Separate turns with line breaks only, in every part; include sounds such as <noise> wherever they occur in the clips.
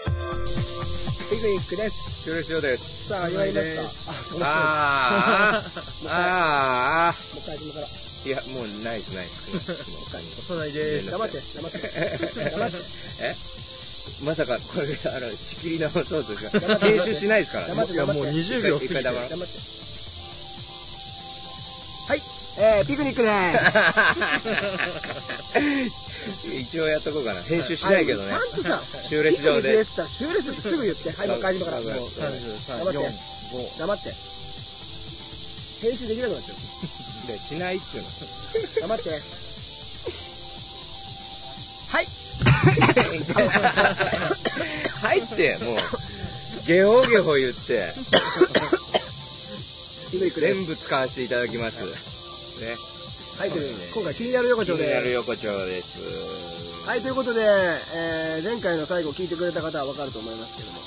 ピクニックです。
終了終了です。
さあ、
お
祝
願
い
い
ますか。あ、
あーあーあ
ごめんなさい。もう一回始めから。
ーいや、もうないです、ないです。
幼いで
ごめん
黙
なさい
って、黙って。黙って。
まさか、これ、あの、仕切り直そうとしか、編集しないですからね。
黙って
いやもう20秒過ぎ
一
て
回黙ろう。
黙って。はい、えー、ピクニックでーす。
一応やっとこうかな。編集しないけどね
ちゃ。んとさ、
終列場
ピクニッ
で
クで。すって言ったら終列すぐ言って、はい、もう一回始めから。もう
33、
黙って
4、
黙って。編集できなくなっちゃう。
でしないっちゅうの。
黙って。はい。
入って、もう、ゲホゲホ言って、
ピクニックで
全部
す。
使わせていただきます。ね。
はい、という今回気になる横
気に
丁
なる
で。
横丁です。
はい、ということで、えー、前回の最後聞いてくれた方はわかると思いますけども。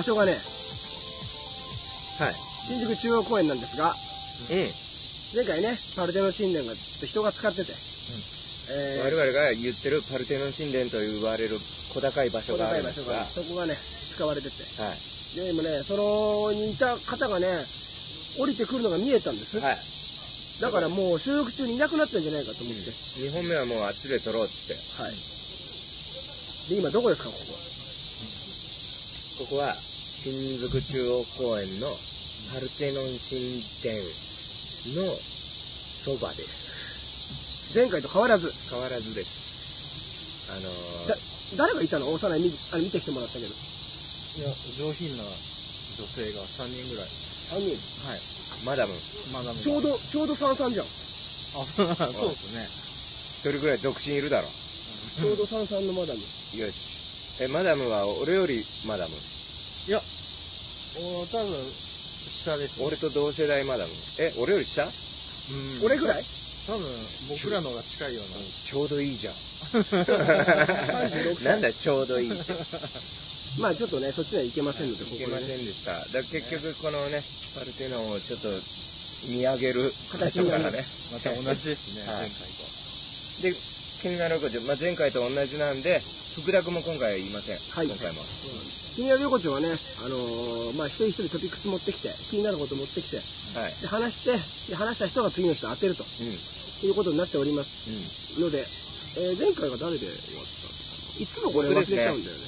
場所がね、
はい。
新宿中央公園なんですが、
うん。
前回ね、パルテノ神殿がちょっと人が使ってて、え
我
ー
々が言ってるパルテノン神殿と言われる小高い場所
小
があるん
高い場
です
所
が、は
が、そこがね、使われてて。
い。
で、今ね、その、にいた方がね、降りてくるのが見えたんです。
はい。
だからもう収録中にいなくなったんじゃないかと思って。
2本目はもうあっちで撮ろうっつって、
はい。で、今どこですか、ここ。
ここは新宿中央公園のパルテノン神殿のそばです。
前回と変わらず。
変わらずです。あのー
だ誰がいたの幼いみあの見てきてもらったけど。
いや、上品な女性が3人ぐらい。
3人。
はい。
マダム、
マダムが
ちょう。ど、ちょうど三三じゃん。
あ、 <laughs> そうですね。
一人ぐらい独身いるだろ。
ちょうど三三のマダム。
よし。え、マダムは俺よりマダム。
お多分、下です、ね。
俺と同世代マダム。え、俺より下
うん、
俺
<laughs>
ぐらい
多分、僕らのが近いよう
ちょうどいいじゃん。
36歳
なんだちょうどいいって。
まあちょっとね、そっちには行けませんので、
いけま
こ
せ
こでね
んでした。だから結局このね、パルテノンをちょっと見上げる
形
形
に
か
なる
らね。
な。ま <laughs> た同じですね、
はい
前回と。
で、気になる横丁、まあ、前回と同じなんで、福田君も今回は言いません。
はい
今回も。
気になる横丁はね、あのーまあ一人一人トピックス持ってきて、気になること持ってきて、
はい。
で話して、で話した人が次の人当てると
うん。うん。
いうことになっておりますので、えー前回が誰でやったいつもこれ忘れちゃうんだよね。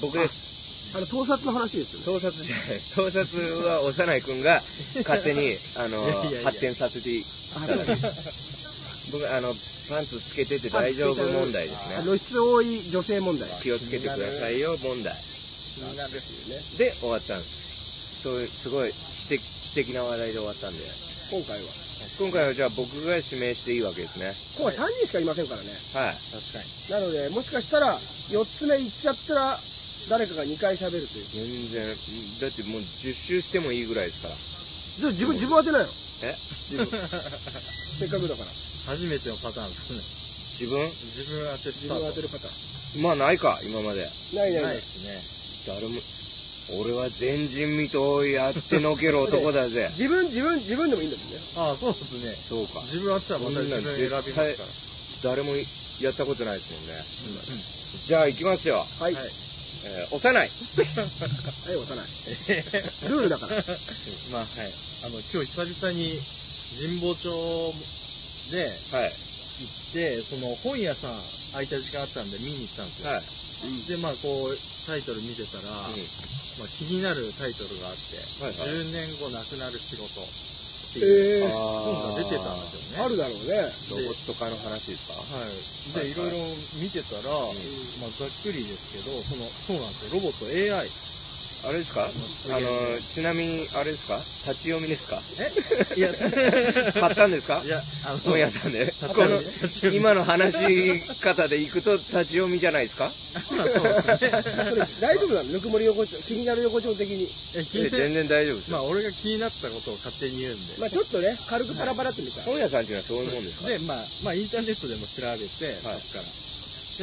僕です。
あの、盗撮の話ですよ
盗
ね。
撮じゃないです。盗撮は幼い君が勝手に、あの
いやいやいや
発展させていただき僕、あの、パンツ透けてて大丈夫問題ですね。
露出多い女性問題。
気をつけてくださいよ問題。
気になるですよね。
で、終わったんです。そういう、すごい、知的、知的な話題で終わったんで。
今回は。
今回はじゃあ僕が指名していいわけですね。
今回3人しかいませんからね。
はい。
確かに。
なので、もしかしたら、4つ目いっちゃったら、誰かが2回喋るという。
全然、だってもう10周してもいいぐらいですから。
じゃあ自分、自分当てなよ。
え
自分。 <laughs> せっかくだから。
初めてのパターンですね。
自分
自分当てス
自
タ
分
ー
当
ト。
てるパター
まあないか、今まで。
ン。ないない
な
ないい。。
です
誰も、俺は前人未到やってのける男だぜ
<laughs>
自分、自分、自分でもいいんだもんね。
ね。あ、そうですね。
そうか。
自分当てたらまた自分選びますから。
こんなん誰もやったことないですもんね。じゃあ行きますよ。
はい。は
はいい、
えー、幼い。
押 <laughs> さない。ルールだから。
まあ、はい。あの、今日久々に神保町で
はい。
行って、その本屋さん空いた時間あったんで見に行ったんですよ。
はい。
で、まあ、こう、タイトル見てたら、まあ、気になるタイトルがあって、
はいはい
10年後なくなる仕事っていう
えー、
本
あ
が
ー
出てたんですよね。
あるだろうね。
ロボット化の話ですか
はい。
はいは
で、
い
いろいろ見てたら、まあ、ざっくりですけど、その、そうなんですよ、ロボット AI。
あれですかあ
出
の、ち
現
なみに、あれですか立ち読みですか
えいや、
買ったんですか <laughs>
いや、あの、
本屋さんで。
立ち
こ
読
の
み立ち読み
今の話し方で行くと立ち読みじゃないですか
まあそうですね。
それ大丈夫なのぬくもり横丁、気になる横丁的に。
いや
<laughs>
聞
え
いて
全然大丈夫です
<laughs> ま
よ。
あ、俺が気になったことを勝手に言うんで。
まあちょっとね、軽くパラパラってみたら。
本屋さんっていうのはそういうもんですか
で、まあ、まあ、インターネットでも調べて、
はい
そっから。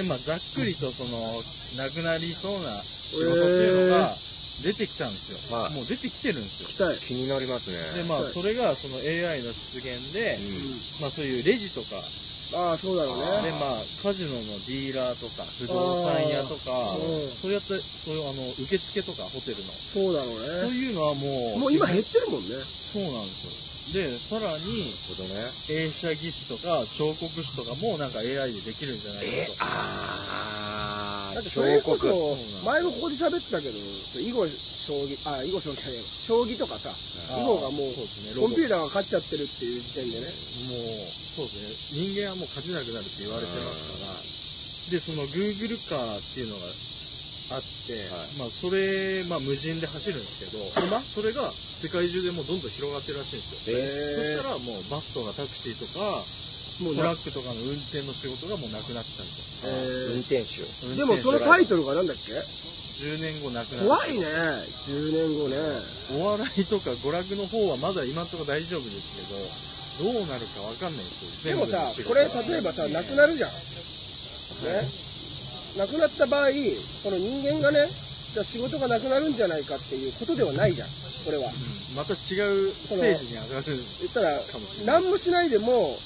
で、まあ、ざっくりとその、なくなりそうな仕事っていうのが出てきたんですよ。
はい
もう出てきてるんですよ
来。たい。
気になりますね
で、まあ、
はい
それがその AI の出現で、
う
まあ、そういうレジとか、
ああ、そうだろう
で、
ね。
まあ、カジノのディーラーとか、不動産屋とか
あーうん、
そうやって、そういうあの、受付とか、ホテルの。
そうだろ
そう
うね。
いうのはもう、
もう今減ってるもんね。
そうなんですよ。で、さらに、
ほどね
映写技師とか、彫刻師とかもなんか AI でできるんじゃないかと。
あ
だってそれ
彫
こ
刻
そ
う、ん
前もここで喋ってたけど、囲碁、将棋、あ、囲碁将棋じゃねえわ将棋とかさ、囲碁がもう
そうですね、
コンピュー
ター。
ターが勝っちゃってるっていう時点でね。
もう、そうですね、人間はもう勝てなくなるって言われてますから、で、その Google カーっていうのがあって、
はい
まあ、それ、まあ、無人で走るんですけど、それが世界中でもうどんどん広がってるらしいんですよ。そし
え
たらもうバスとかタクシーとか、
ーもう
トラ
な
ックとかの運転の仕事がもうなくなっちゃうんです
えー
運転手
よ。
でもそのタイトルがなんだっけ
10年後なく
怖
なる。
いね。10年後ね。
お笑いとか娯楽の方はまだ今んとこ大丈夫ですけど、どうなるかわかんないです
でも
よ。
さ
全、
こ
部の
れ
仕事が
例えばさ、なくなるじゃん。ね。なくなった場合、この人間がね、じゃあ仕事がなくなるんじゃないかっていうことではないじゃん。これは。
うんまた違うステージに上がるかも
言ったら、
しれない。はい。
何もしないでも、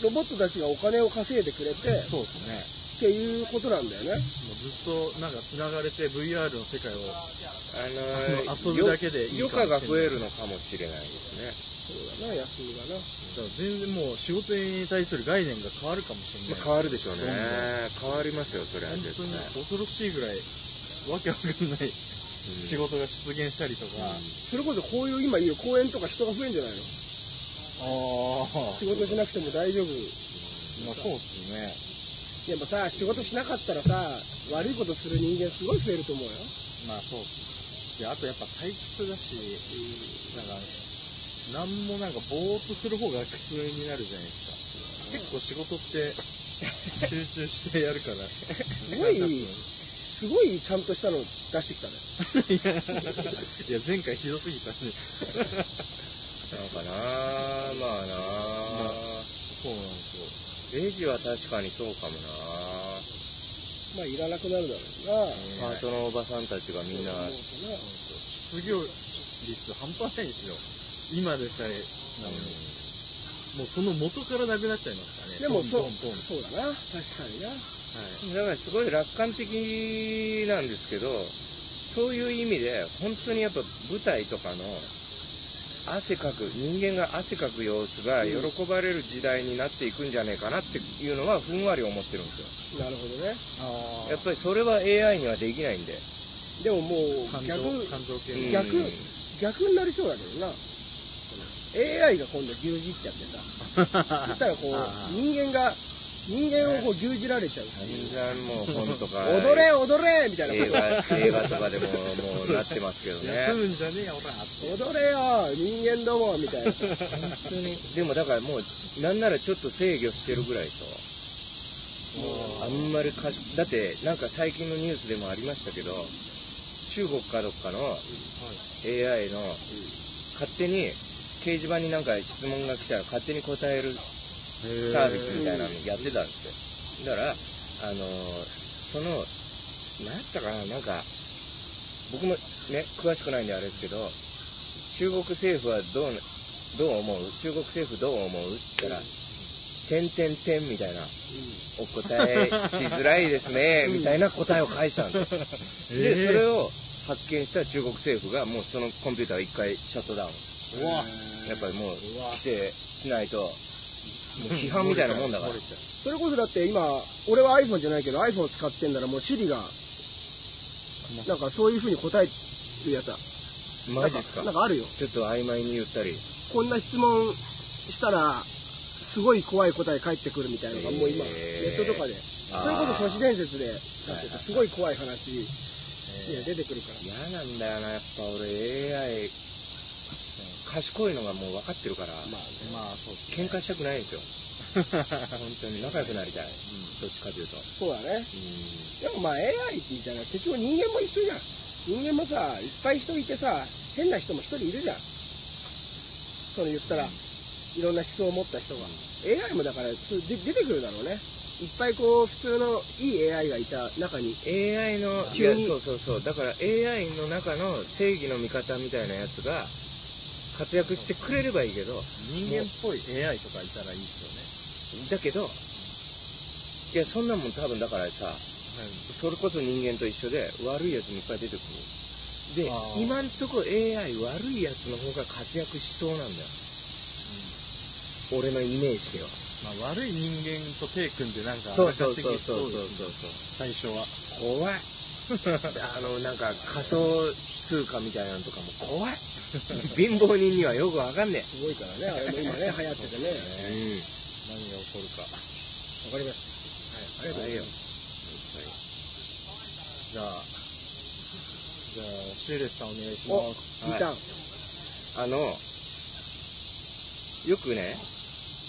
ロボットたちがお金を稼いでくれて、っ
そうですね。
ていうことなんだよね。
もうずっとなんか繋がれて VR の世界を、
あ
あの遊ぶだけでいい
余
かもし
暇が増え
れない
るのかもしれないです
そうだな、休みがな。
だから全然もう仕事に対する概念が変わるかもし
ね
れない。
変わるでしょうね
どん
変
どん
わりますよそれは
本
絶
当
対
に恐ろしいぐらい、わけわかんない仕事が出現したりとか、
それこそこういう今言う公園とか人が増えんじゃないの仕
ああ、
事しなくても大丈夫。
まあそうです
で
ね。
もさ、仕事しなかったらさ、悪いことする人間すごい増えると思うよ。
まあそうっすね。で、あとやっぱ退屈だし、なんか、なんもなんかぼーっとする方が苦痛になるじゃないですか。結構仕事って、集中してやるから。す
ごいすごいちゃんとしたの出してきたね。
いや、前回ひどすぎたし。
なんかなまあな
そうなんですよ。
レジは確かにそうかもな
まあ、いらなくなるだろうな。
パートのおばさんたちがみんな
失業率半端ないですよ。今でさえ、なのに。もうその元からなくなっちゃいます
で
からね。
もそう
トントントンはい。
そうだ
だ
な。確かにな。
からすごい楽観的なんですけどそういう意味で本当にやっぱ舞台とかの汗かく人間が汗かく様子が喜ばれる時代になっていくんじゃねえかなっていうのはふんわり思ってるんです
なるほどね。
あ
よやっぱりそれは AI にはできないんで、
でももう
感情
逆、、
感情系
うん
の。
逆逆になりそうだけどな。AI が今度牛耳っちゃってさ。
<laughs>
そしたらこ
あ
う、
ー
人間が、人間をこう牛耳られちゃう。
散々もう本とか
踊れ踊れみたいな。
映画映画とかでももうなってますけど <laughs>
休
ね
むんじゃねえよ、ほら。
踊れよ人間どもみた
<laughs>
いな。
でもだからもうなんならちょっと制御してるぐらいでしょあんまりかしだってなんか最近のニュースでもありましたけど中国かどっかの AI の勝手に掲示板になんか質問が来たら勝手に答えるサービスみたいなのやってたんですよだからあのーその何やったかななんか僕もね詳しくないんであれですけど中国政府はどうどう思う中国政府どう思うって言ったら「点点点」みたいなお答えしづらいです <laughs> ね、みたいな答えを返したんですよ。で、それを発見した中国政府が、もうそのコンピューターを一回シャットダウン。
うわ
やっぱりもう、規制しないと、もう批判みたいなもんだから。
それこそだって今、俺は iPhone じゃないけど iPhone 使ってんだらもう Siri が、なんかそういう風に答えるやつだ。
マジっすか
なんかあるよ。
ちょっと曖昧に言ったり。
こんな質問したら、すごい怖い答え返ってくるみたいなのがもう今、
へ
ネ
ー
ットとかで。それこそ都市伝説で、すごい怖い話、いや出てくるから。
嫌なんだよな、やっぱ俺 AI、賢いのがもう分かってるから、
まあね。
まあ、そう
喧
です
嘩したくないんですよ。本当に仲良くなりたい。どっちかというと。
そうだね。でもまあ AI みたいな、結局人間も一緒じゃん。人間もさ、いっぱい人いてさ、変な人も一人いるじゃん。その言ったら、いろんな思想を持った人が。AI もだから、そうで出てくるだろうね。いっぱいこう、普通のいい AI がいた中に、
AI のい
急
や
に
そうそうそうだから AI の中の正義の味方みたいなやつが活躍してくれればいいけど
人間っぽい AI とかいたらいいです
だけどいやそんなもん多分だからさそれこそ人間と一緒で悪いやつもいっぱい出てくるで
あー
今んとこ AI 悪いやつの方が活躍しそうなんだよ、俺のイメージでは
よね、まあ、悪い人間と手組んでなんか
そうそうそうそうそう
そう
そうそう
最初は
怖いあのなんか仮想通貨みたいなのとかも怖い貧乏人にはよくわかんねえ
すごいから <laughs> ね、あれも今ね、流行っててね。
う
何が起こるか
わかりました。はい、ありがとうございます。
ん
じゃあじゃあシューレスさんお願いし
<laughs> お、
ます
ギターン。
あのよくね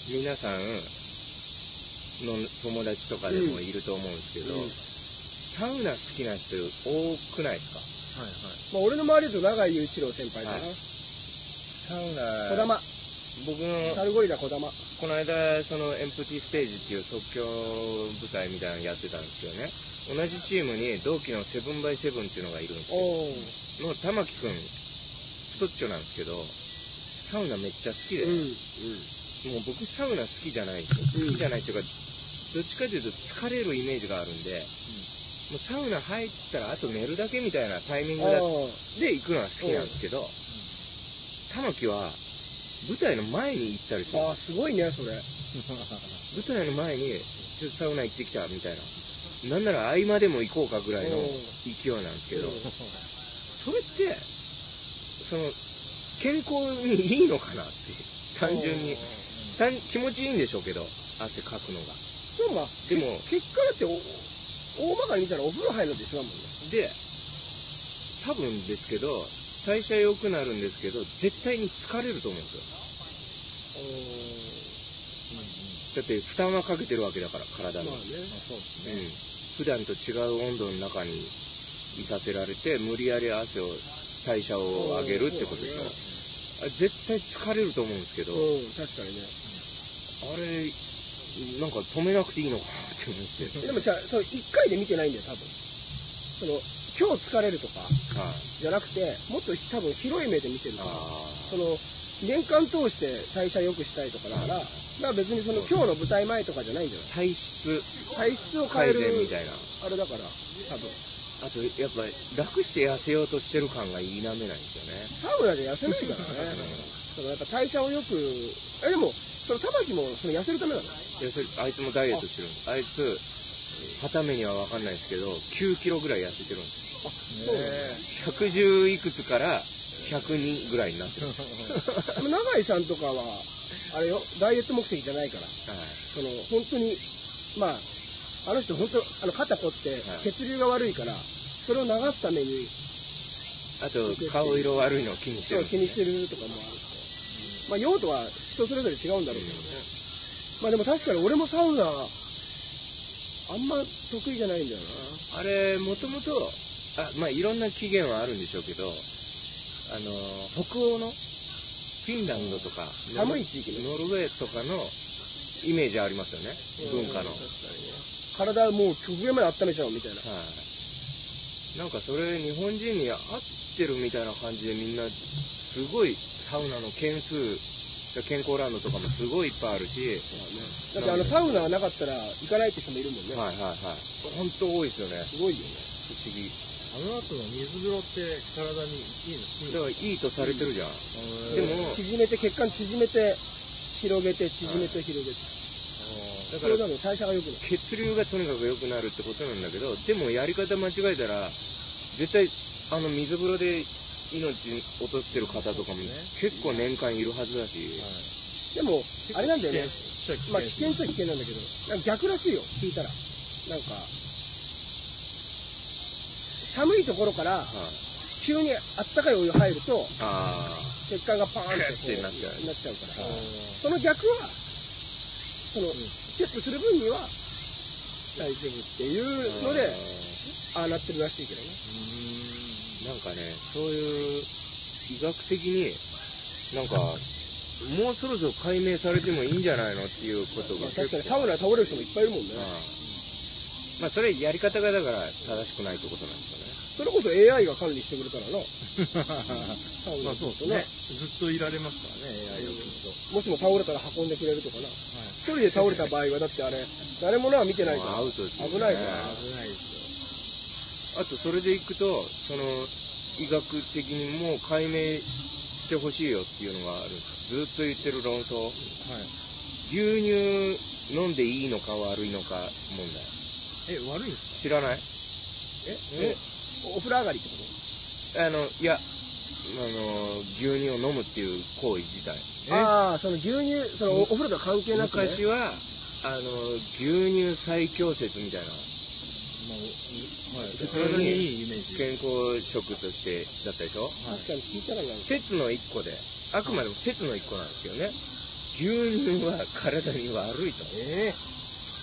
皆さんの友達とかでもいると思うんですけど、
うんうん
サウナ好きな人多くないですか
はいはい
まあ、俺の周りだと永井雄一郎先輩だな。
はい
児
サウナ
玉、
僕の
サルゴリラ児玉。
この間そのエンプティステージっていう即興舞台みたいなのやってたんですけどね同じチームに同期のセブンバイセブンっていうのがいるんです
お
よの
ー。
玉木くん太っちょなんですけどサウナめっちゃ好きで、
うん。うん。
もう僕サウナ好きじゃないんですよ
うん
好きじゃないっていうか、どっちかというと疲れるイメージがあるんで、もうサウナ入ったらあと寝るだけみたいなタイミングだで行くのは好きなんですけど、玉木は舞台の前に行ったりするん
あー
で
あー、すごいね、それ。
す舞台の前にちょっとサウナ行ってきたみたいななんなら合間でも行こうかぐらいの
うん
勢いなんですけど、
うん
それってその健康にいいのかなっていう単純に単気持ちいいんでしょうけど汗かくのが
でもまあ、
でも
結果だってお、大まかに見たらお風呂入るのと一緒だもんね。
で多分ですけど代謝良くなるんですけど絶対に疲れると思うんですよだって負担はかけてるわけだから体に、
まあね。
そうです
うん、普段と違う温度の中にいさせられて無理やり汗を代謝を上げるってことでしょあれ絶対疲れると思うんですけど、
うん、確かにね。
あれなんか止めなくていいのかなって思って
<laughs> でもじゃあ、その1回で見てないんだよ、多分。その、今日疲れるとか、
はい
じゃなくて、もっと多分広い目で見てる
あ
から。
ー
その年間通して代謝良くしたいとかだから、だから別にその今日の舞台前とかじゃないんじゃ
体質
ない体質を変
改
える、
善みたいな
あれだから、多分。
あとやっぱ楽して痩せようとしてる感が否めないんですよね
サウナじゃ痩せないからね。そのやっぱ代謝を良く、え、でも、その玉木もその痩せるためなの
痩せるあいつもダイエットしてるんですあいつ旗目には分かんないですけど9キロぐらい痩せてるんです
そうなんだ
110いくつから102ぐらいになってる、はい、
でも永井さんとかは、あれよ、ダイエット目的じゃないから、その、本当に、まあ、あの人本当、あの肩凝って
はい
血流が悪いから、それを流すために、
あと顔色悪いの気にして
そ
る
う気にしてるとかもあるし、まあ、用途は人それぞれ違うんだろうけどね、まあでも確かに俺もサウナあんま得意じゃないんだよな
あれもともとあまあいろんな起源はあるんでしょうけどあの北欧のフィンランドとか
寒い地域ね
ノルウェーとかのイメージありますよね文化の、
うん体をもう極限まで温めちゃうみたいな
はい。なんかそれ日本人に合ってるみたいな感じでみんなすごいサウナの件数健康ランドとかもすごいいっぱいあるし、
だってあのサウナがなかったら行かないって人もいるもんね、
はいはいはい本当多いですよね
すごいよね
不思議
あの後の水風呂
だからい
って体にいいのいい
いとされてるじゃん、
の
でも
縮めて血管縮めて広げて縮めて広げて、
だか
それ
ら
なの代謝が良くなる
血流がとにかく良くなるってことなんだけどでもやり方間違えたら絶対あの水風呂で命落としてる方とかも結構年間いるはずだし、
でもあれなんだよね
ちょっと
まあ危険っちゃ危険なんだけど、なんか逆らしいよ、聞いたら。なんか、寒いところから
はい
急にあったかいお湯入ると、
ああ
血管がパーンっ
グッ
てこ
てなっちゃう
なっちゃうから、その逆は、その、セットする分には大丈夫っていうので、ああなってるらしいけどね。
なんかね、そういう、医学的に、なんか、もうそろそろ解明されてもいいんじゃないのっていうこと
ま
が
あ、確か
結
にサ
構
ウナ倒れる人もいっぱいいるもんね。
まあそれやり方がだから正しくないってことなんです
それこそ AI が管理してくれたらな、サウ
ま
ナの
あそ
こと
うです
ね
ね。ずっといられますからね AI をきっと
もしも倒れたら運んでくれるとかな。一人で倒れた場合は、だってあれ、誰もな、見て
よ
ない
ね
か
もうアウトですよね
危ないから
危ないです
あ
よ
とそれでいくとその医学的にもう解明してほしいよっていうのがあるずっと言ってる論争
はい
牛乳飲んでいいのか悪いのか問題
え悪いんです
知らない
ら。え、えお風呂上がりってこと
あのいやあの牛乳を飲むっていう行為自体
え
ああ、その牛乳、そのおお風呂とは関係なくね。
昔はあの牛乳最強説みたいな
まあお
普通に
はい体にいいイメージ
健康食としてだったでしょ
はい
確かに聞いたらなんか、
説の一個であくまでも説の一個なんですけどね牛乳は体に悪いと
ええ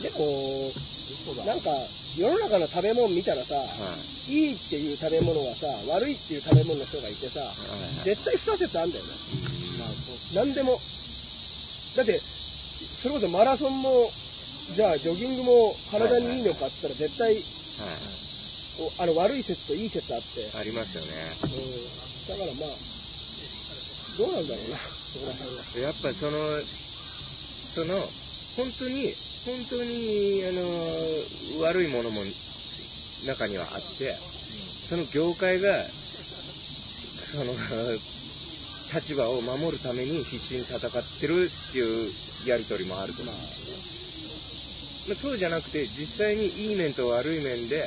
でも、
嘘だ
なんか、世の中の食べ物見たらさ、
はい
いいっていう食べ物はさ、悪いっていう食べ物の人がいてさ、
はい
絶対2説あんだよね。
まあそう
何でもだってそれこそマラソンもじゃあジョギングも体にいいのかっつったら絶対
はい
おあの悪い説といい説あって、
ありますよね
うん、だからまあどうなんだろうなそこら辺は
やっぱそのその本当に本当にあの悪いものも中にはあってその業界がその立場を守るために必死に戦ってるっていうやり取りもあると思う、まあ、そうじゃなくて実際にいい面と悪い面で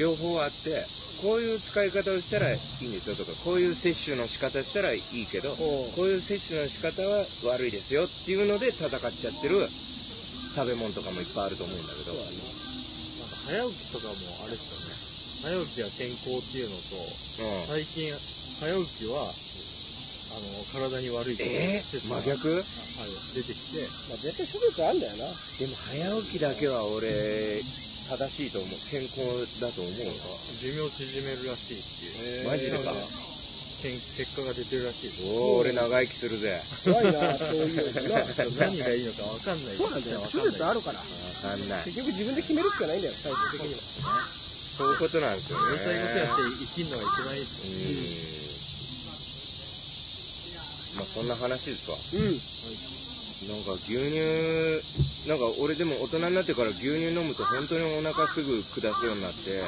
両方あってこういう使い方をしたらいいんですよとかこういう接種の仕方したらいいけど
おう
こういう接種の仕方は悪いですよっていうので戦っちゃってる食べ物とかもいっぱいあると思うんだけど
なんか早起きとかもあれですよね早起きは健康っていうのと
うん
最近早起きはあの体に悪いこと
え
説
ー、
が
真
ある
逆
出てきて
まあ、絶対諸説あんだよな
でも早起きだけは俺正しいと思う健康だと思うよ
寿命縮めるらしいっていう、
へーマジでか
なんけん結果が出てるらしいです
おお俺長生きするぜ
怖いなそういうのな
何がいいのかわかんない
そうなんだよ
わか
諸
んない
説あるから
わかんない
結局自分で決めるしかないんだよ最終的には
<laughs> そういうことなんですよね
やりたいことやって生きるのが一番いいです
うー
よ
んまあそんな話ですわ
うん
なんか牛乳なんか俺でも大人になってから牛乳飲むと本当にお腹すぐ下すようになって、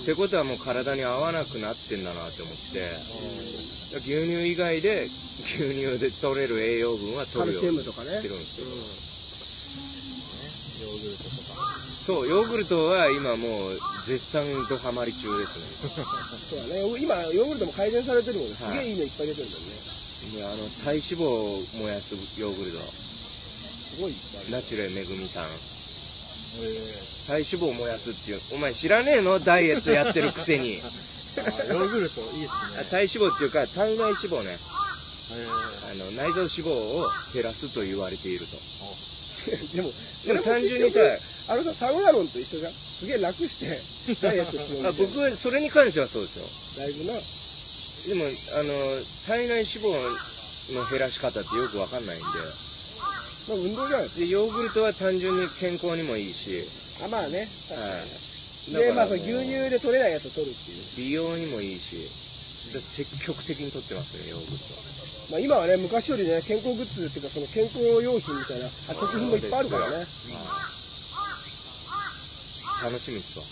ってことはもう体に合わなくなってんだなって思って、牛乳以外で牛乳で取れる栄養分は
カ
取
ル
るよ
シ
う
ウ
に
ムとかね
してるんですけど、
ヨーグルトとか
そうヨーグルトは今もう絶賛ドハマり中ですね
そうだね今ヨーグルトも改善されてるもんねすげえいいのいっぱい出てるもんね
であの体脂肪を燃やすヨーグルト
すごいいっぱいあ
ナ
る
チュラルめぐみさん
えー
体脂肪を燃やすっていうお前知らねえのダイエットやってるくせに
あヨーグルトいいっす
あ
ね
体脂肪っていうか体内脂肪ね
え
あの内臓脂肪を減らすと言われていると
<laughs> でも
でも単純にさ
あのさサウナ論と一緒じゃんすげえ楽して
<laughs>
ダイエットしよう
あ
みたい
僕はそれに関してはそうです
なだいぶな
よでもあの体内脂肪の減らし方ってよくわかんないん
まあ運動じゃない
ででヨーグルトは単純に健康にもいいし、
あまあね
は
でまあ
う
その牛乳で取れないやつを取るっていう
美容にもいいしで積極的にとってますねヨーグルトは
まあ今はね昔よりね健康グッズっていうかその健康用品みたいなあ食品もいっぱいあるからね
楽しみっすわ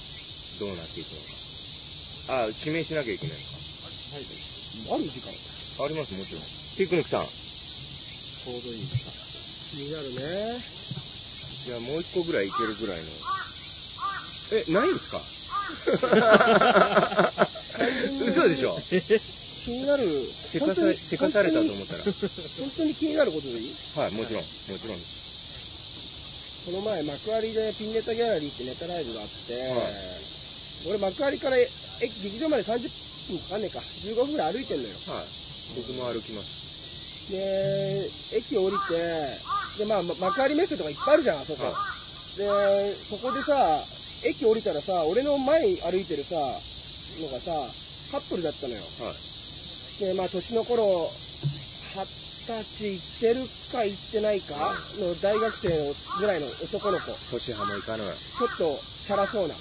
どうなっていくのかあ指名しなきゃいけないの
ある時間
かありますもちろんピクニックさん
ちょうどいい時間
気になるね
じゃあもう一個ぐらいいけるぐらいのえないんすか <laughs> 嘘でしょ
気になる
せ
本
か
当
さ
に
せかされたと思
本
ったら
当に本当に気になることでいい
はいもちろんもちろんです
この前幕張でピンネタギャラリーってネタライブがあって、
はい
俺幕張から駅劇場まで30分かかんねえか15分ぐらい歩いてんのよ
はい僕も歩きます
で駅降りてで、まあ、ま幕張メッセとかいっぱいあるじゃんあそこ、
はい
でそこでさ駅降りたらさ俺の前歩いてるさのがさカップルだったのよ
はい
でまあ年の頃は歳いってるかいってないかの大学生ぐらいの男の子
年
ち
派もいかぬ。はい。
ょっとチャラそうな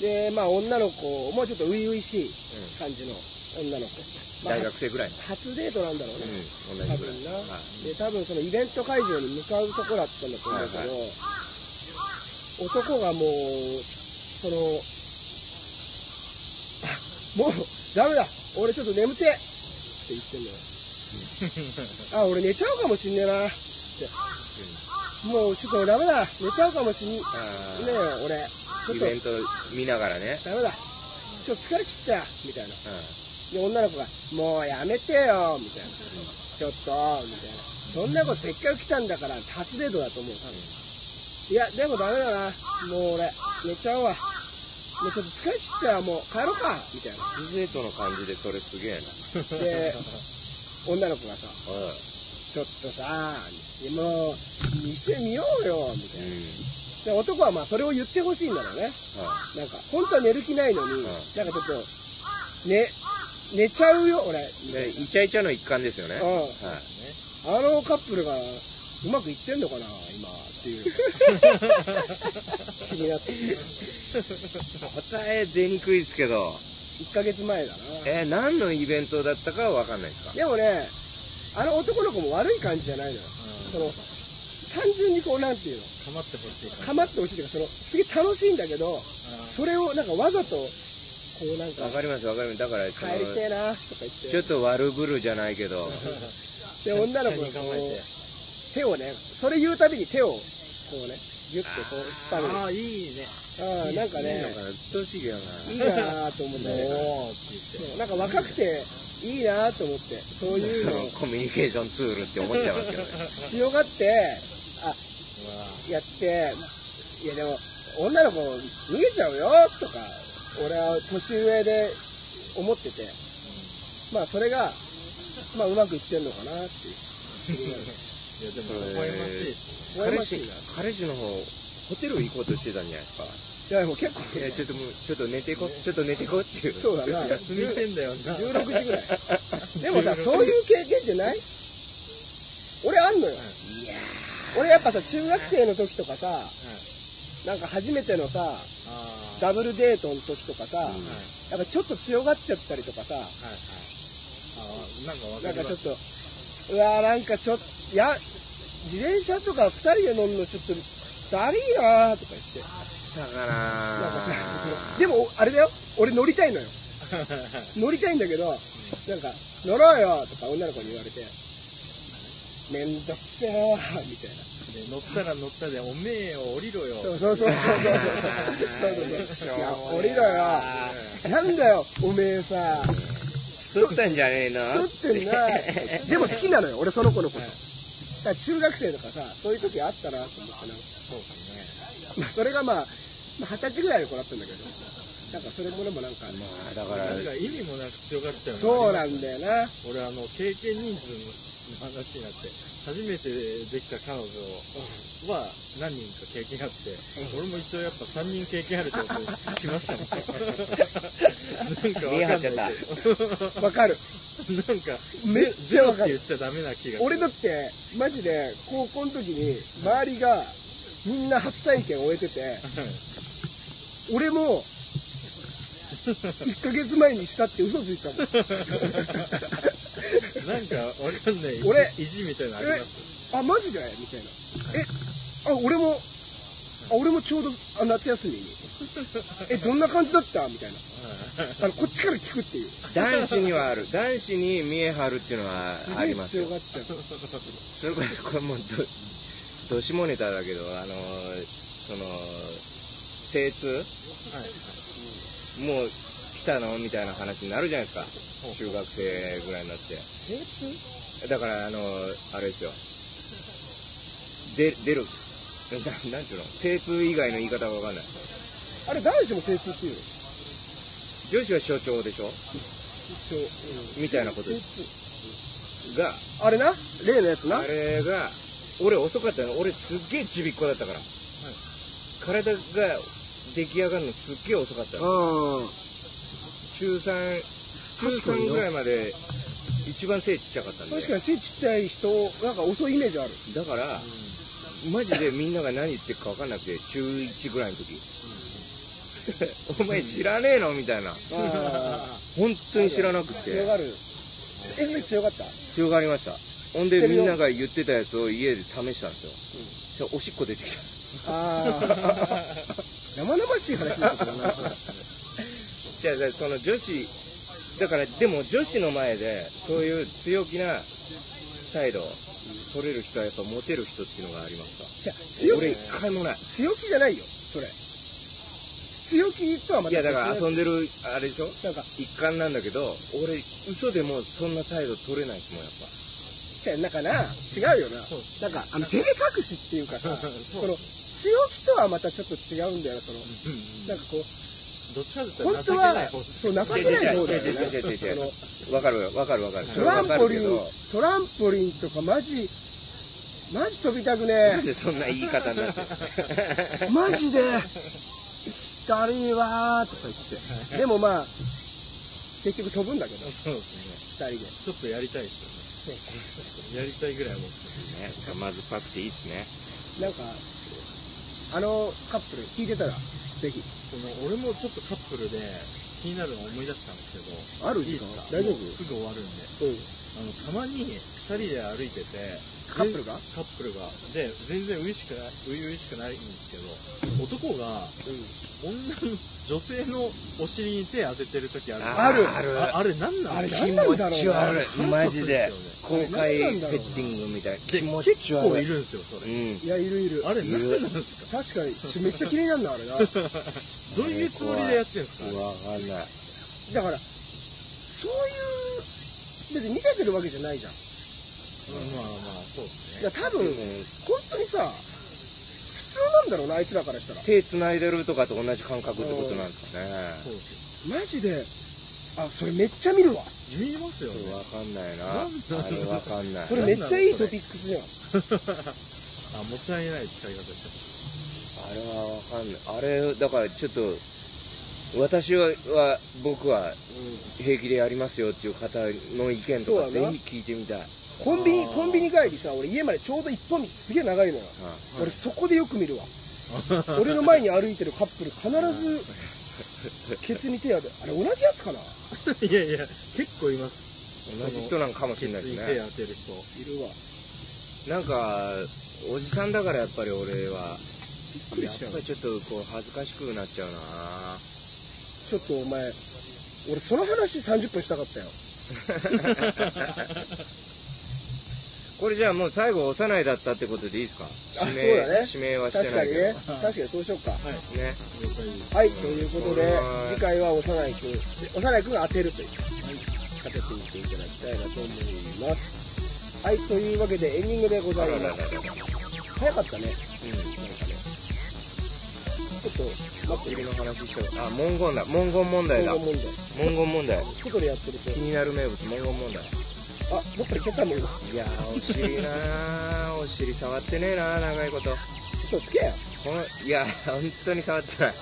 でまあ女の子もちょっと初々しい感じの女の子、まあ
大学生ぐらい。うん。
初デートなんだろうね、
同
多
じぐ
分
らい。
な、
はい。
で多分そのイベント会場に向かうとこだったんだと思うんだけど、
はいは
男がもうそのあもうダメだ俺ちょっと眠てえって言って
<laughs>
んのよあ俺寝ちゃうかもしんねえなってもうちょっとダメだ寝ちゃうかもしんね
あー
えよ俺ちょっ
イ
と
ベント見ながらね。
ダメだちょっと疲れ切ったよみたい
う
な
ん。
で女の子が「もうやめてよ」みたいな「ちょっと」みたいなそんなことせっかく来たんだから初デートだと思ういやでもダメだなもう俺寝ちゃうわもうちょっと疲れちったよもう帰ろうかみたいな
初デートの感じでそれすげえな。
で女の子がさ「
うん。うん。
ちょっとさもう店見ようよ」みたいなで男はまあそれを言ってほしいんだろうね
は
なんか本当は寝る気ないのに、
ん
なんかちょっと寝寝ちゃうよ俺
い。で、イチャイチャの一環ですよね。
うん
はい。
あのカップルがうまくいってんのかな今っていう気になってきた
答え出にくいですけど、
1ヶ月前だな
えー、何のイベントだったかはわかんないですか
でもねあの男の子も悪い感じじゃないのよその単純にこうなんていうの
かまってほしいから
かまってほしいというかそのすげえ楽しいんだけどそれをなんかわざとこうなん
わ
か
かりますわかります。だから、その
帰りてえなとか言
ちょ
っ
っと悪ぶるじゃないけど、
てで女の子が
に
こ
構えて
う手をねそれ言うたびに手をこうねギュッてこう引っ張る
ああいいね
あーなんか
いい
ね
のかな、うっとうしいけどな。
いいなあと思うんだよね
おーって言って
そうなんか若くていいなと思ってそういう
そ
の
のコミュニケーションツールって思っちゃいますけどね。
強がってあやっていやでも女の子逃げちゃうよとか俺は年上で思っててまあそれがまあうまくいってんのかなっていう
いやでも微笑ましいです
羨
彼
まし
氏
いな、
彼氏の方、ホテル行こうとしてたんじゃないですか。
いやもう結構
いや、ちょっともう、ちょっと寝てこ、ちょっと寝てこっていう。
そうだな
休みてんだよな
16時ぐらいでもさそういう経験ってない俺あんのよ俺やっぱさ中学生の時とかさなんか初めてのさ
あー
ダブルデートの時とか
ん
さ、
はい
やっぱちょっと強がっちゃったりとかさ、
はいはいあーな
な
んかわか
んか
りま
ちょ
す
っと、うわーなんかちょっと、いや、自転車とか2人で乗るのちょっと、だりーなーとか言って、
だから
なんかさ、 <laughs> でもあれだよ、俺乗りたいのよ。乗りたいんだけど、なんか、乗ろうよとか女の子に言われて、めんどくせーみたいな。
で乗ったら乗ったで、おめえよ、降りろよ。
そうそうそうそうそうそう。そうそうそう。いや、降りろよ。なんだよ、おめえさ。
太ったんじゃねえな。
太ってんなでも好きなのよ俺その子のことだから中学生とかさそういう時あったなと思ってなんか
そうですね。
まあそれがまあまあ二十歳ぐらいの子だったんだけどなんかそれもでもなんか
まあ、だか
なん
ら、
か意味もなく強がっちゃうの
そう
あ
な
り
ん
ます
だよな
俺、あの、経験人数の話になって、初めてできた彼女は何人か経験あって、俺も一応やっぱ3人経験あるってことにしましたもん。
見え
な
張
ん
っ
か
ちゃっ
わかんな
た
いけど。
わかる
なんか、
めっちゃわ
って
か
言
る
っちゃダメな気がする。
俺だってマジで高校の時に周りがみんな初体験終えてて俺も1ヶ月前にしたって嘘ついたもん
なんかわかんない。
俺
意地みたいなのあります。
あマジでみたいなえあ俺もあ俺もちょうどあ夏休みにえどんな感じだったみたいなあのこっちから聞くっていう
男子にはある。男子に見え張るっていうのはあります
強
よ。
がっちゃう
それこそ、これもうど、 <laughs> どしもネタだけど、あのー、その、精通
はい
もう来たのみたいな話になるじゃないですか。中学生ぐらいになって。
精通
だから、あの、あれですよ。で、出る。 <laughs> ななんていうの精通以外の言い方がわかんない。
あれ男子も精通っていうの
女子は所長でしょ
一応、
みたいなこと
うん
で
精
す。
通
が、
あれな例のやつな
あれが、俺遅かったの。俺すっげえちびっこだったから。体が出来上がるのすっげえ遅かったの。
うん
中3、中
確か
3
にな
ぐらいまで一番背ちっちゃかったんで
確かに背ちっちゃい人なんか遅いイメージある
だから、マジでみんなが何言ってるか分かんなくて中1ぐらいの
<laughs>
時お前知らねえのみたいな
ああ
本当に知らなくて
強がるえそれ強かった
強がりましたほんで
知って
み
るよ
んなが言ってたやつを家で試したんですよ、そしたらおしっこ出てきた
ああ <laughs> 生々しい話だったな
じゃあその女子だからでも女子の前でそういう強気な態度を取れる人はやっぱモテる人っていうのがありました
じゃあ強
俺
気
一回もない
強気じゃないよそれ強気とはま
い
た
やだから
別の
遊んでるあれでしょ
なんか
一環なんだけど俺嘘でもそんな態度取れないですもんやっぱ
じゃあなんかな違うよななんかあの照れ隠しっていうかさその強気とはまたちょっと違うんだよなそのなんかこう
どっちかという
本
と
当
情け
は
ない方です
そう情けない方だよね
違う違う違う違う違う
その
わかるわかるわかるそ
ト
れは
ラ
わ
ン
か
ポ
る
リ
け
ン
ど
トランポリンとかマジマジ飛びた
<laughs>
くね
なんでそんな言い方になってる
えマジでだるいわーとか言ってでもまあ結局飛ぶんだけど
そうですね
二人で
ちょっとやりたいですよねやりたいぐらいは思っ
ね
て
まずパクっていいっすね
なんかあのカップル聞いてたらぜひ
その俺もちょっとカップルで気になるの思い出したんです
ある
けど
時
いいで
間
すか
大丈夫
もうすぐ終わるんで
うん
あのたまに2人で歩いてて
カップルが
カップルがで全然初々しくない初々しくないんですけど男が女の女性のお尻に手当ててる時ある
ある
ある
ああれなんなん
あれ
結
何なんだろう
気持ち悪
ない
マジで公
れ
開
何
ペ
なんだろうな
ッティングみたいな気持ち
構
悪
い
い
るんですよそれ
う
いやいるいる
あれ何なんですか
確かにめっちゃ気になるなあれなだか
どういうつもりでやってんです
ん
か
わかんない
らそういう別に見せてるわけじゃないじゃん
まあまあそうです
いや
ね
多分本当にさ普通なんだろうなあいつらからしたら
手繋いでるとかと同じ感覚ってことなんですかね
そうです
マジであそれめっちゃ見るわ
見えますよ
それ
ね
わかんないな
なんだろう
あれわかんない
それめっちゃいいトピックスじゃん
あもったいない使い方し
あれはわかんないあれだからちょっと私はは僕は平気でやりますよっていう方の意見とか
そうだ
ぜ
な
ひ聞いてみたい、はい
コンビニ
あー
コンビニ帰りさ俺家までちょうど一本道すげえ長いのよ俺そこでよく見る <laughs> わ俺の前に歩いてるカップル必ずケツに手当てあれ同じやつかな
た <laughs> いやいや結構います
同じ人なんかもし
ケ
れない
ツに
で
手
すね
当てる人
いるわ
なんかおじさんだからやっぱり俺は
びっくり
や
しちゃ
っ
う
ぱりちょっとこう恥ずかしくなっちゃうな
ちょっとお前俺その話30分したかったよ
これじゃあもう最後幼いだったってことでいいですか
あ
指
そう
名指名は
だね
して
確
な
か
い
に
け
ね
ど
確かにそうしようか
ね
やっぱり
はい、
はい、
ということで次回は幼いくん、幼いくんが当てるという、当ててみていただきたいなと思います。はい、というわけでエンディングでござ
あ
い
ららら
ま
ら
す。早かったね。ちょっと、待っ
君の
て、
話したらあ文言だ文言問題だ
今後問題。
文言問題
外でやってる
気になる名物文言問題
と、あ、どっか行っちゃったもん。嘘
いやーお尻なーお尻触ってねえなー長いこと
つけよ。
ほんいや本当に触ってない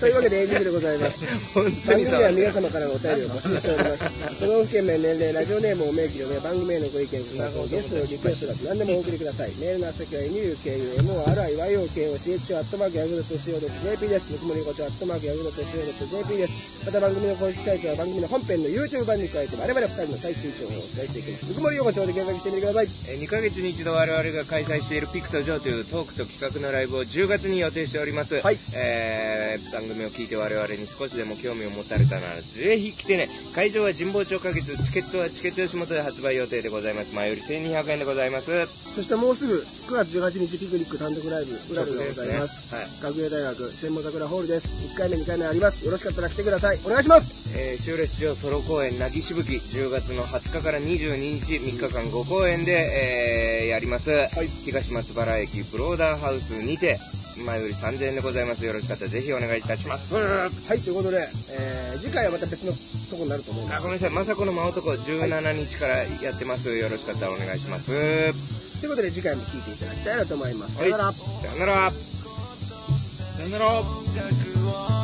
というわけでエンディングでございます。
本当
番
に
組で
触ってない
は皆様からのお便りを募集しております。都道府県名、年齢、ラジオネームを明記の上、番組へのご意見、ご感想、ゲストのリクエストなど何でもお送りください。メールの宛先は nukumoriyokochr アットマークヤグルト CO.jp です。ぬくもりごちょアットマークヤグルト CO.jp です。また番組の公式サイトは番組の本編の YouTube 版に加えて我々二人の最新情報をお伝えしていきます。ぬくもりごちょで検索してみてください。
えー2ヶ月に一度我々が開催しているピクトジョーというトークと企画のライブを10月に予定しております、
はい
えー番組を聞いて我々に少しでも興味を持たれたならぜひ来てね会場は神保町花月チケットはチケット吉本で発売予定でございます前より1200円でございます
そしてもうすぐ9月18日ピクニック単独ライブ、裏でございます。
はい
学芸大学千本桜ホールです。1回目、2回目あります。よろしかったら来てください。お願いします
えー、修列場ソロ公演なぎしぶき10月の20日から22日3日間5公演で、えーやります、東松原駅ブローダーハウスにて前より3000円でございますよろしかったらぜひお願いいたします
はい、ということで、えー次回はまた別のとこになると思うんで
あごめんなさい雅子の真男17日からやってます、よろしかったらお願いします
す。ということで、次回も聞いていただきたいなと思います。
は
さ
い
よなら。
さよなら
さよなら